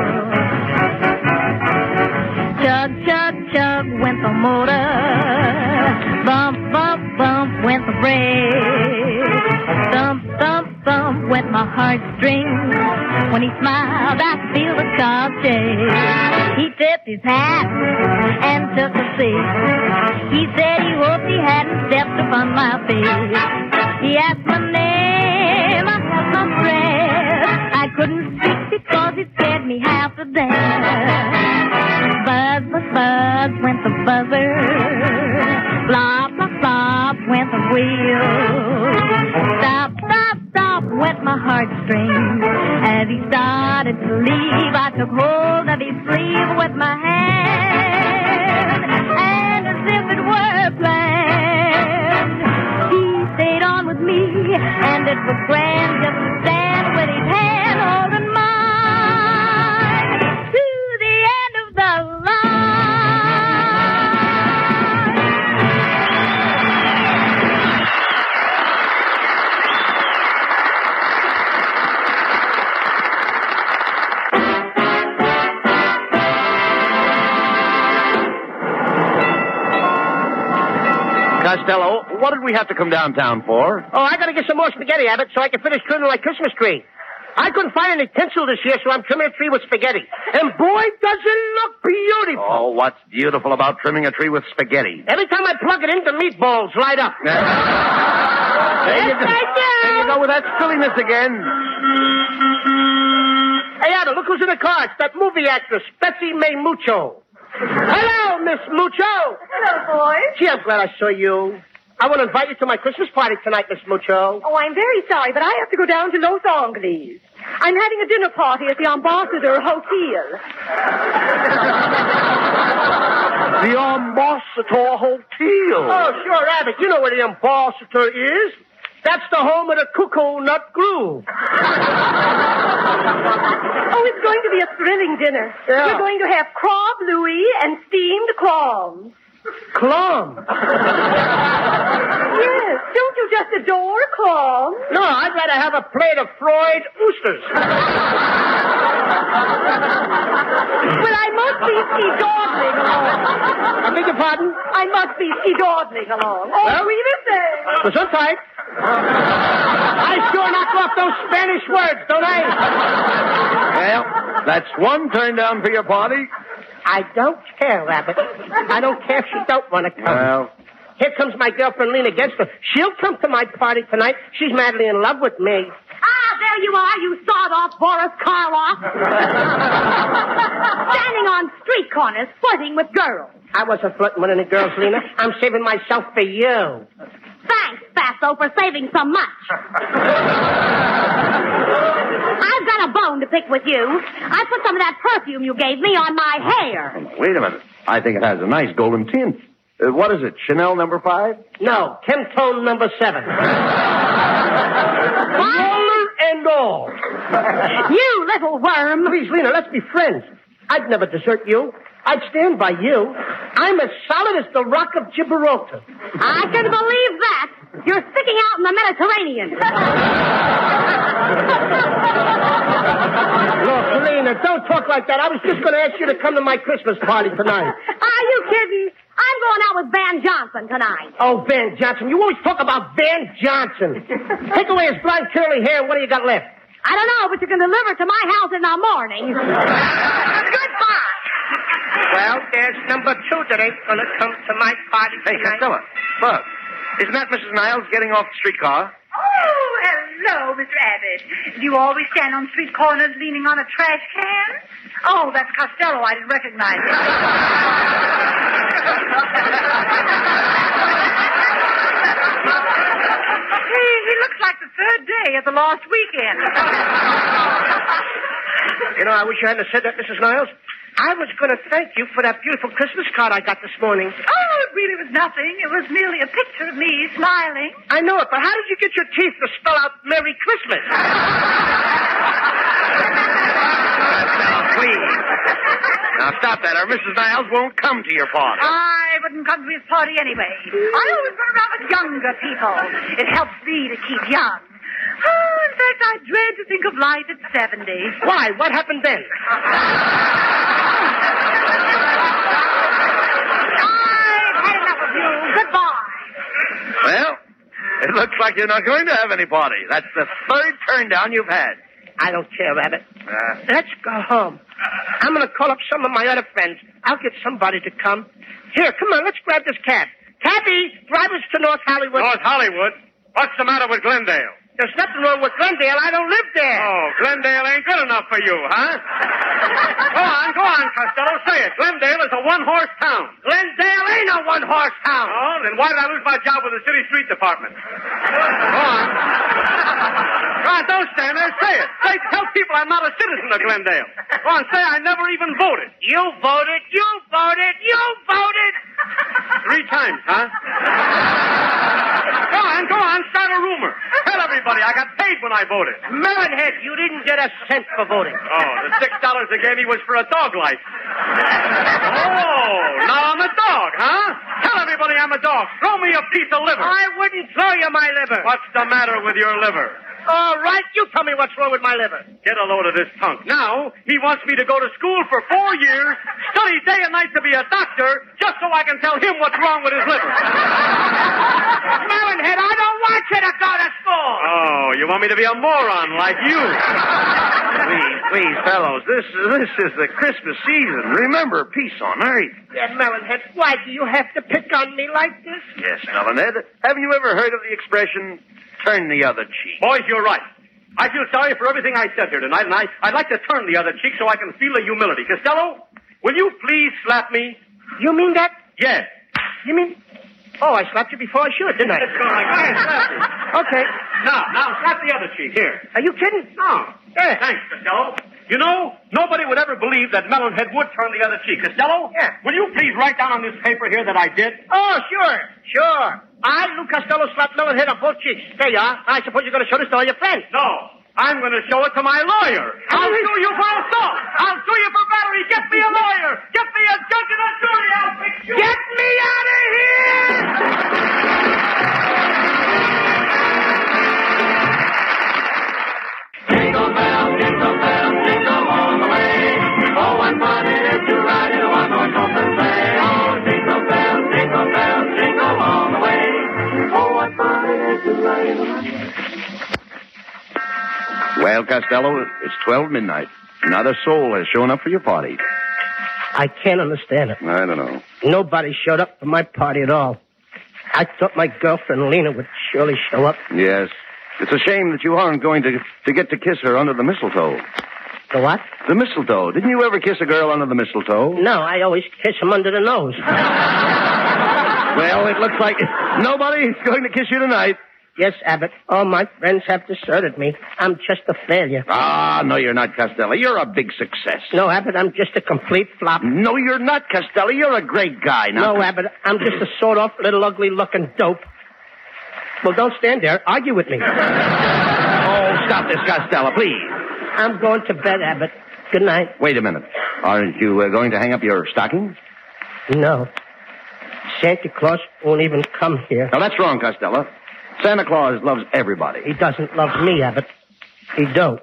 Chug, chug, chug went the motor. Bump, bump, bump went the brake. Thump, thump, thump went my heartstrings. When he smiled, I feel the car shake. He tipped his hat and took a seat. He said he hoped he hadn't stepped upon my feet. He asked my name, I held my breath. I couldn't speak because it scared me half to death. Buzz, buzz, buzz went the buzzer. Flop, flop, flop went the wheel. Stop, stop, stop went my heartstrings. As he started to leave, I took hold of his sleeve with my hand. And as if it were planned, he stayed on with me. And it was grand just to stand with his hand holding mine to the end of the line.
Costello, what did we have to come downtown for?
Oh, I gotta get some more spaghetti, Abbott, so I can finish trimming my Christmas tree. I couldn't find any tinsel this year, so I'm trimming a tree with spaghetti. And boy, does it look beautiful!
Oh, what's beautiful about trimming a tree with spaghetti?
Every time I plug it in, the meatballs light up.
There you go. There you go with that silliness again.
Hey, Adam, look who's in the car. It's that movie actress, Betsy May Mucho. Hello, Miss Mucho.
Hello, boys.
Gee, I'm glad I saw you. I want to invite you to my Christmas party tonight, Miss Mucho.
Oh, I'm very sorry, but I have to go down to Los Angeles. I'm having a dinner party at the Ambassador Hotel.
The Ambassador Hotel. Oh, sure, Abbott. You know where the Ambassador is. That's the home of the Cuckoo Nut Groove.
Oh, it's going to be a thrilling dinner.
Yeah.
We're going to have crab louis and steamed clams.
Clum.
Yes, don't you just adore clams?
No, I'd rather have a plate of Freud oysters.
Well, I must be skedaddling along.
I beg your pardon?
I must be skedaddling along. Oh,
Well-
we the same.
Gesundheit. I sure knock off those Spanish words, don't I?
Well, that's one turn down for your party.
I don't care, Abbott. I don't care if she don't want to come.
Well,
Here comes my girlfriend Lena Gensler. She'll come to my party tonight. She's madly in love with me.
Ah, there you are, you sawed-off Boris Karloff. Standing on street corners, flirting with girls.
I wasn't flirting with any girls, Lena. I'm saving myself for you.
Thanks, Fatso, for saving so much. I've got a bone to pick with you. I put some of that perfume you gave me on my hair.
wait a minute. I think it has a nice golden tint. Uh, what is it, Chanel number five?
No, Kemptone number seven. Roller and all. you little worm. Please, Lena, let's be friends. I'd never desert you. I'd stand by you. I'm as solid as the rock of Gibraltar.
I can believe that. You're sticking out in the Mediterranean.
Look, Lena, don't talk like that. I was just going to ask you to come to my Christmas party tonight.
Are you kidding? I'm going out with Van Johnson tonight.
Oh, Van Johnson. You always talk about Van Johnson. Take away his blonde curly hair, and what do you got left?
I don't know, but you can deliver it to my house in the morning. Goodbye.
Well, there's number two that ain't going to come to my party
Hey, Costello, look. Isn't that Mrs. Niles getting off the
Oh,
streetcar?
hello, Mr. Abbott. Do you always stand on street corners leaning on a trash can? Oh, that's Costello. I didn't recognize him. he, he looks like the third day at the last weekend.
You know, I wish you hadn't have said that, Mrs. Niles. I was going to thank you for that beautiful Christmas card I got this morning.
oh, it really was nothing. It was merely a picture of me smiling.
I know it, but how did you get your teeth to spell out Merry Christmas?
Now stop that, or Mrs. Niles won't come to your party.
I wouldn't come to his party anyway. I always run around with younger people. It helps me to keep young. Oh, in fact, I dread to think of life at 70.
Why? What happened then?
I've had enough of you. Goodbye.
Well, it looks like you're not going to have any party. That's the third turn down you've had.
I don't care, Rabbit.
Uh,
Let's go home. I'm going to call up some of my other friends. I'll get somebody to come. Here, come on, let's grab this cab. Cabby, drive us to North Hollywood.
North Hollywood? What's the matter with Glendale?
There's nothing wrong with Glendale. I don't live there.
Oh, Glendale ain't good enough for you, huh? go on, go on, Costello. Say it. Glendale is a one-horse town.
Glendale ain't a one-horse town.
Oh, then why did I lose my job with the city street department? go on. Go on, don't stand there. Say it. Say, tell people I'm not a citizen of Glendale. Go on, say I never even voted.
You voted, you voted, you voted.
Three times, huh? go on, go on. Start a rumor. Tell everybody I got paid when I voted.
Melonhead, you didn't get a cent for voting.
Oh, the six dollars they gave me was for a dog light. Oh, now I'm a dog, huh? Tell everybody I'm a dog. Throw me a piece of liver.
I wouldn't throw you my liver.
What's the matter with your liver?
All right, you tell me what's wrong with my liver.
Get a load of this punk. Now, he wants me to go to school for four years, study day and night to be a doctor, just so I can tell him what's wrong with his liver.
Melonhead, I don't want you to go to school.
Oh, you want me to be a moron like you? Please, please, fellows, this, this is the Christmas season. Remember, peace on earth.
Yeah, Melonhead, why do you have to pick on me like this?
Yes, Melonhead. Have you ever heard of the expression, turn the other cheek? Boys, you're right. I feel sorry for everything I said here tonight, and I, I'd like to turn the other cheek so I can feel the humility. Costello, will you please slap me?
You mean that?
Yes.
You mean? Oh, I slapped you before I should, didn't I?
That's all right. Go ahead, slap me.
Okay.
Now, now, slap the other cheek. Here.
Are you kidding?
No.
Yeah.
Thanks, Costello. You know, nobody would ever believe that Melonhead would turn the other cheek. Costello?
Yeah.
Will you please write down on this paper here that I did?
Oh, sure, sure. I, Lou Costello, slapped Melonhead on both cheeks. There you are. I suppose you're going to show this to all your friends.
No. I'm going to show it to my lawyer. I'll sue you for assault. I'll sue you for battery. Get me a lawyer. Get me a judge and a jury. I'll fix you.
Get me out of
Jingle bell, jingle bell, jingle all the way. Oh, what fun it is to ride in a one-horse open sleigh. Oh, jingle bell, jingle bell, jingle all the way. Oh, what fun it is to ride in a one-horse
Well, Costello, it's 12 midnight. Not a soul has shown up for your party.
I can't understand it.
I don't know.
Nobody showed up for my party at all. I thought my girlfriend Lena would surely show up.
Yes. It's a shame that you aren't going to, to get to kiss her under the mistletoe.
The what?
The mistletoe. Didn't you ever kiss a girl under the mistletoe?
No, I always kiss him under the nose.
Well, it looks like nobody's going to kiss you tonight.
Yes, Abbott. All my friends have deserted me. I'm just a failure.
Ah, no, you're not, Costello. You're a big success.
No, Abbott, I'm just a complete flop.
No, you're not, Costello. You're a great guy. Now,
No, Abbott, I'm just a sawed off little ugly looking dope. Well, don't stand there. Argue with me.
Oh, stop this, Costello, please.
I'm going to bed, Abbott. Good night.
Wait a minute. Aren't you uh, going to hang up your stockings?
No. Santa Claus won't even come here.
Now, that's wrong, Costello. Santa Claus loves everybody.
He doesn't love me, Abbott. He don't.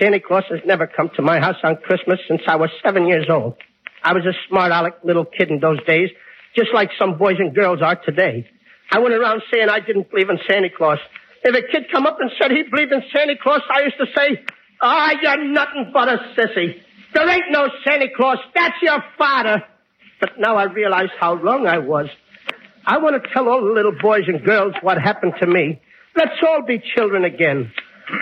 Santa Claus has never come to my house on Christmas since I was seven years old. I was a smart aleck little kid in those days, just like some boys and girls are today. I went around saying I didn't believe in Santa Claus. If a kid come up and said he believed in Santa Claus, I used to say, Ah, you're nothing but a sissy. There ain't no Santa Claus. That's your father. But now I realize how wrong I was. I want to tell all the little boys and girls what happened to me. Let's all be children again.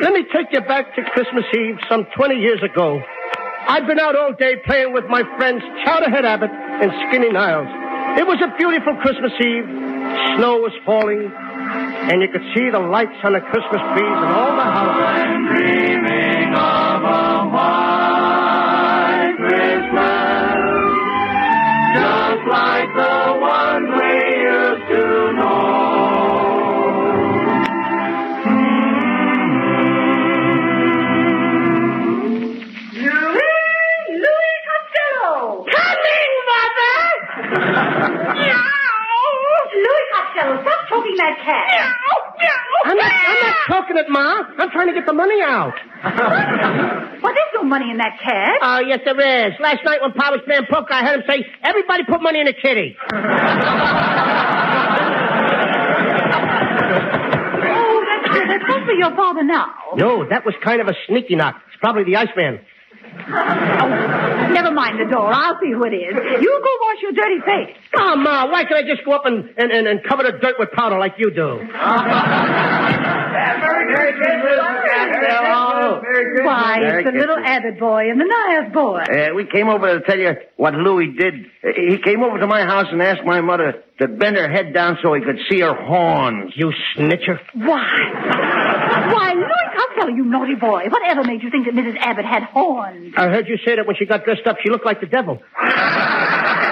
Let me take you back to Christmas Eve some 20 years ago. I'd been out all day playing with my friends Chowderhead Abbott and Skinny Niles. It was a beautiful Christmas Eve. Snow was falling, and you could see the lights on the Christmas trees and all the houses.
dreaming of a white Christmas, just like the one we used to know.
Louis, Louis Costello. Coming, Mother. Louis Costello, stop choking that cat.
I'm not, I'm not talking it, Ma. I'm trying to get the money out.
Well, there's no money in that cat.
Oh, yes, there is. Last night when Pa was playing poker, I heard him say, everybody put money in the kitty.
Oh, that's good. That's good for your father now.
No, that was kind of a sneaky knock. It's probably the Iceman.
Never mind the door. I'll see who it is. You go wash your dirty face.
Oh, Ma, why can't I just go up and, and, and, and cover the dirt with powder like you do?
Merry
Costello. Why,
Merry
it's the little Abbott boy and the Niles boy.
Uh, we came over to tell you what Louis did. Uh, he came over to my house and asked my mother to bend her head down so he could see her horns.
You snitcher.
Why? Why, Louis Costello, you naughty boy. Whatever made you think that Mrs. Abbott had horns?
I heard you say that when she got dressed up, she looked like the devil.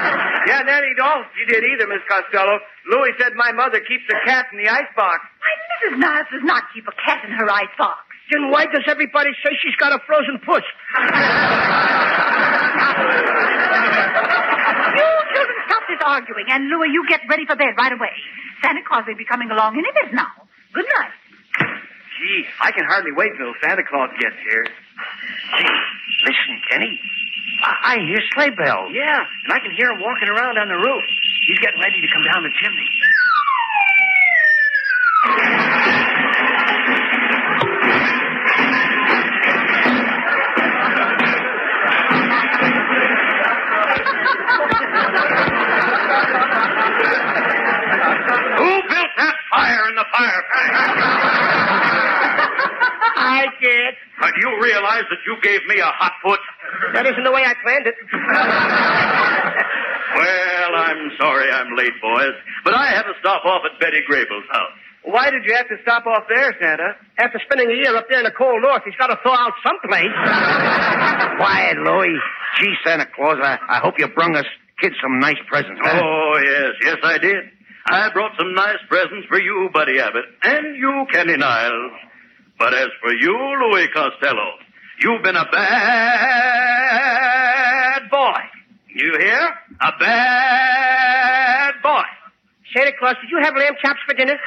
Yeah, Nanny don't. You did either, Miss Costello. Louis said my mother keeps a cat in the icebox.
Why, Mrs. Niles does not keep a cat in her icebox.
Then why does everybody say she's got a frozen puss?
You children, stop this arguing. And, Louis, you get ready for bed right away. Santa Claus will be coming along any minute now. Good night.
Gee, I can hardly wait till Santa Claus gets here. Gee, listen, Kenny. I, I hear sleigh bells. Yeah, and I can hear him walking around on the roof. He's getting ready to come down the chimney. Who built that fire in the fire pit?
I did.
Uh, do you realize that you gave me a hot foot?
That isn't the way I planned it.
Well, I'm sorry I'm late, boys, but I had to stop off at Betty Grable's house.
Why did you have to stop off there, Santa? After spending a year up there in the cold north, he's got to thaw out someplace.
Quiet, Louie.
Gee, Santa Claus, I, I hope you brung us kids some nice presents. huh?
Oh, yes, yes, I did. I brought some nice presents for you, Buddy Abbott, and you, Kenny Niles. But as for you, Louis Costello, you've been a bad boy. You hear? A bad boy.
Santa Claus, did you have lamb chops for dinner?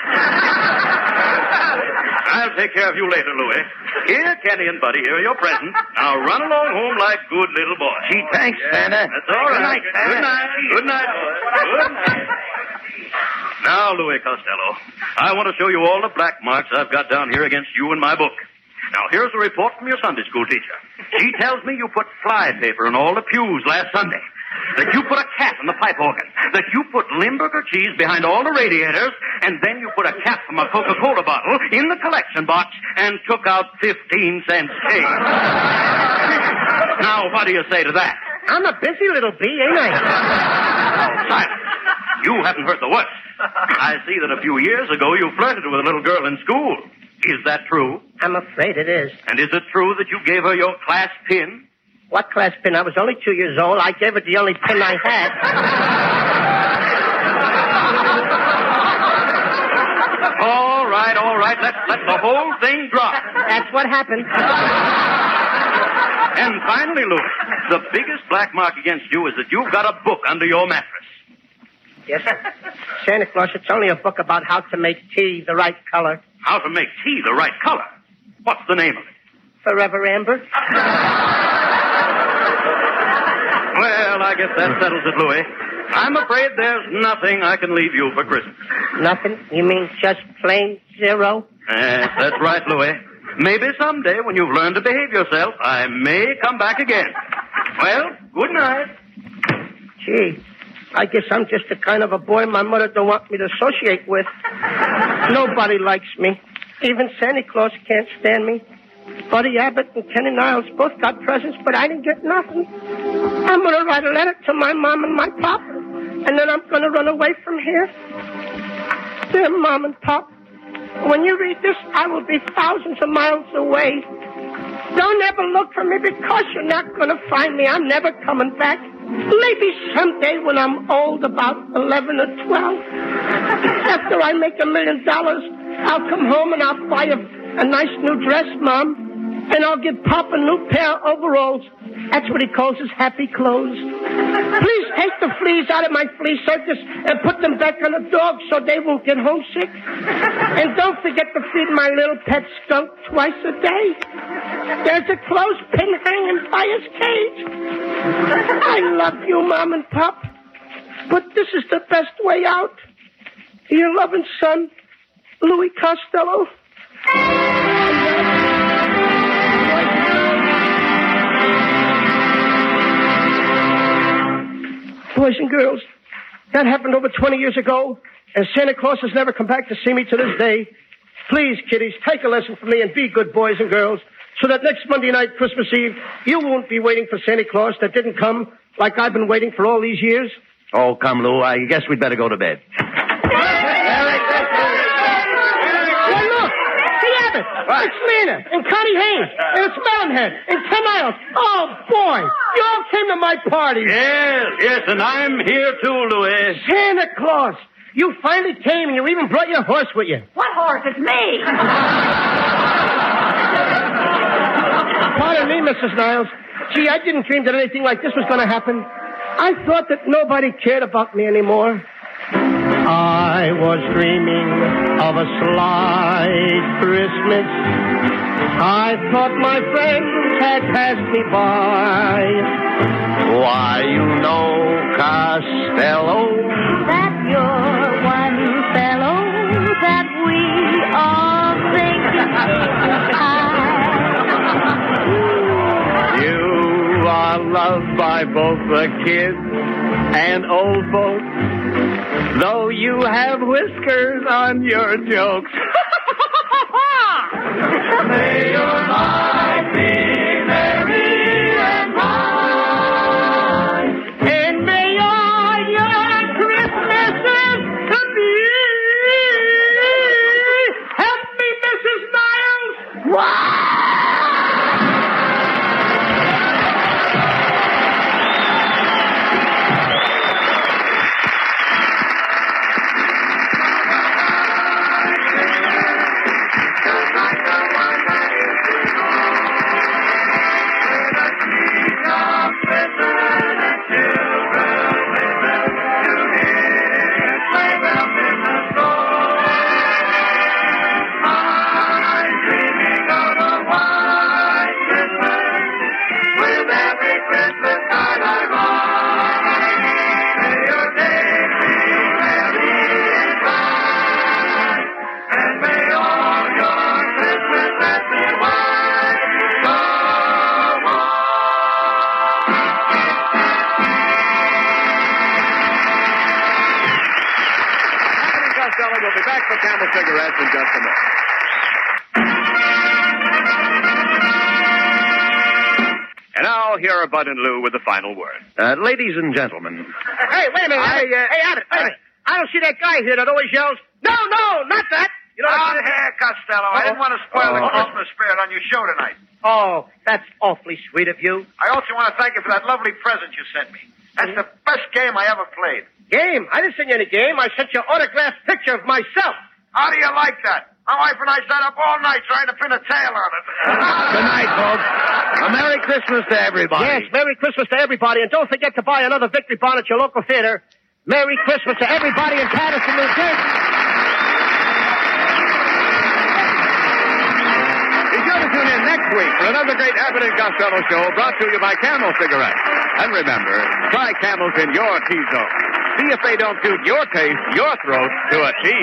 I'll take care of you later, Louis. Here, Kenny and Buddy, here are your presents. Now run along home like good little boys.
Gee, thanks, Santa.
That's all right.
Good night, Santa.
Good night. Good night. Good night. Now, Louis Costello, I want to show you all the black marks I've got down here against you in my book. Now, here's a report from your Sunday school teacher. She tells me you put fly paper in all the pews last Sunday. That you put a cat in the pipe organ. That you put Limburger cheese behind all the radiators. And then you put a cap from a Coca-Cola bottle in the collection box and took out 15 cents change. now, what do you say to that?
I'm a busy little bee, ain't I?
Silence. You haven't heard the worst. I see that a few years ago you flirted with a little girl in school. Is that true?
I'm afraid it is.
And is it true that you gave her your class pin?
What class pin? I was only two years old. I gave her the only pin I had.
All right, all right. Let, let the whole thing drop.
That's what happened.
And finally, Louis, the biggest black mark against you is that you've got a book under your mattress.
Yes. Santa Claus, it's only a book about how to make tea the right color.
How to make tea the right color. What's the name of it?
Forever Amber.
Well, I guess that settles it, Louis. I'm afraid there's nothing I can leave you for Christmas.
Nothing? You mean just plain zero?
Yes, that's right, Louis. Maybe someday, when you've learned to behave yourself, I may come back again. Well, good night.
Gee, I guess I'm just the kind of a boy my mother don't want me to associate with. Nobody likes me. Even Santa Claus can't stand me. Buddy Abbott and Kenny Niles both got presents, but I didn't get nothing. I'm gonna write a letter to my mom and my pop, and then I'm gonna run away from here. Dear mom and pop, when you read this, I will be thousands of miles away. Don't ever look for me because you're not gonna find me. I'm never coming back. Maybe someday when I'm old, about 11 or 12, after I make a million dollars, I'll come home and I'll buy a, a nice new dress, Mom. And I'll give Pop a new pair of overalls. That's what he calls his happy clothes. Please take the fleas out of my flea circus and put them back on the dogs so they won't get homesick. And don't forget to feed my little pet skunk twice a day. There's a clothespin hanging by his cage. I love you, Mom and Pop, but this is the best way out. Your loving son, Louis Costello. Boys and girls, that happened over 20 years ago, and Santa Claus has never come back to see me to this day. Please, kiddies, take a lesson from me and be good boys and girls so that next Monday night, Christmas Eve, you won't be waiting for Santa Claus that didn't come like I've been waiting for all these years.
Oh, come, Lou. I guess we'd better go to bed.
Well, look, the Abbott, it's Lena, and Connie Haynes, and it's Melonhead, and Ken Niles. Oh, boy, you all came to my party.
Yes, yes, and I'm here too, Louis.
Santa Claus, you finally came, and you even brought your horse with you.
What horse? It's me.
Pardon me, Mrs. Niles. Gee, I didn't dream that anything like this was going to happen. I thought that nobody cared about me anymore. I was dreaming
of a slight Christmas. I thought my friends had passed me by. Why, you know, Costello,
that you're one fellow that we all think
you are loved by both the kids and old folks, though you have whiskers on your jokes.
May your life be merry and bright.
And may all your Christmases to be. Help me, Mrs. Niles.
Captain Costello will be back for Camel Cigarettes in just a moment. And now, here are Bud and Lou with the final word. Uh, ladies and gentlemen,
Hey, wait a minute.
I,
Abbott. hey, Abbott, wait a minute. I don't see that guy here that always yells, no, no, not that. You know
Ah.
Down here, Eh, Costello. I didn't want to spoil the
Uh-huh.
Uh-oh.
Christmas spirit on your show tonight.
Oh, that's awfully sweet of you.
I also want to thank you for that lovely present you sent me. That's the best game I ever played.
Game? I didn't send you any game. I sent you an autographed picture of myself.
How do you like that? My wife and I sat up all night trying to pin a tail on it.
Good night, folks. A Merry Christmas to everybody.
Yes, Merry Christmas to everybody, and don't forget to buy another victory bond at your local theater. Merry Christmas to everybody in Patterson, New Jersey.
Be sure to tune in next week for another great Abbott and Costello show brought to you by Camel Cigarettes. And remember, try Camels in your T-zone. See if they don't suit your taste, your throat, to a T.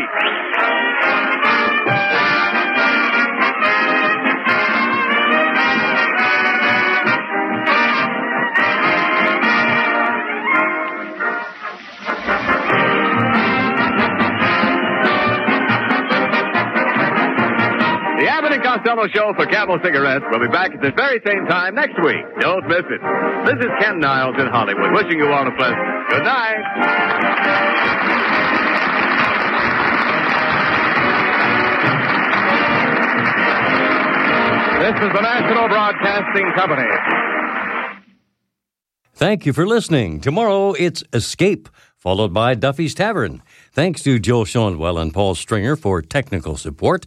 The Abbott and Costello show for Camel Cigarettes will be back at the very same time next week. Don't miss it. This is Ken Niles in Hollywood wishing you all a pleasant good night. This is the National Broadcasting Company.
Thank you for listening. Tomorrow it's Escape, followed by Duffy's Tavern. Thanks to Joel Schoenwell and Paul Stringer for technical support.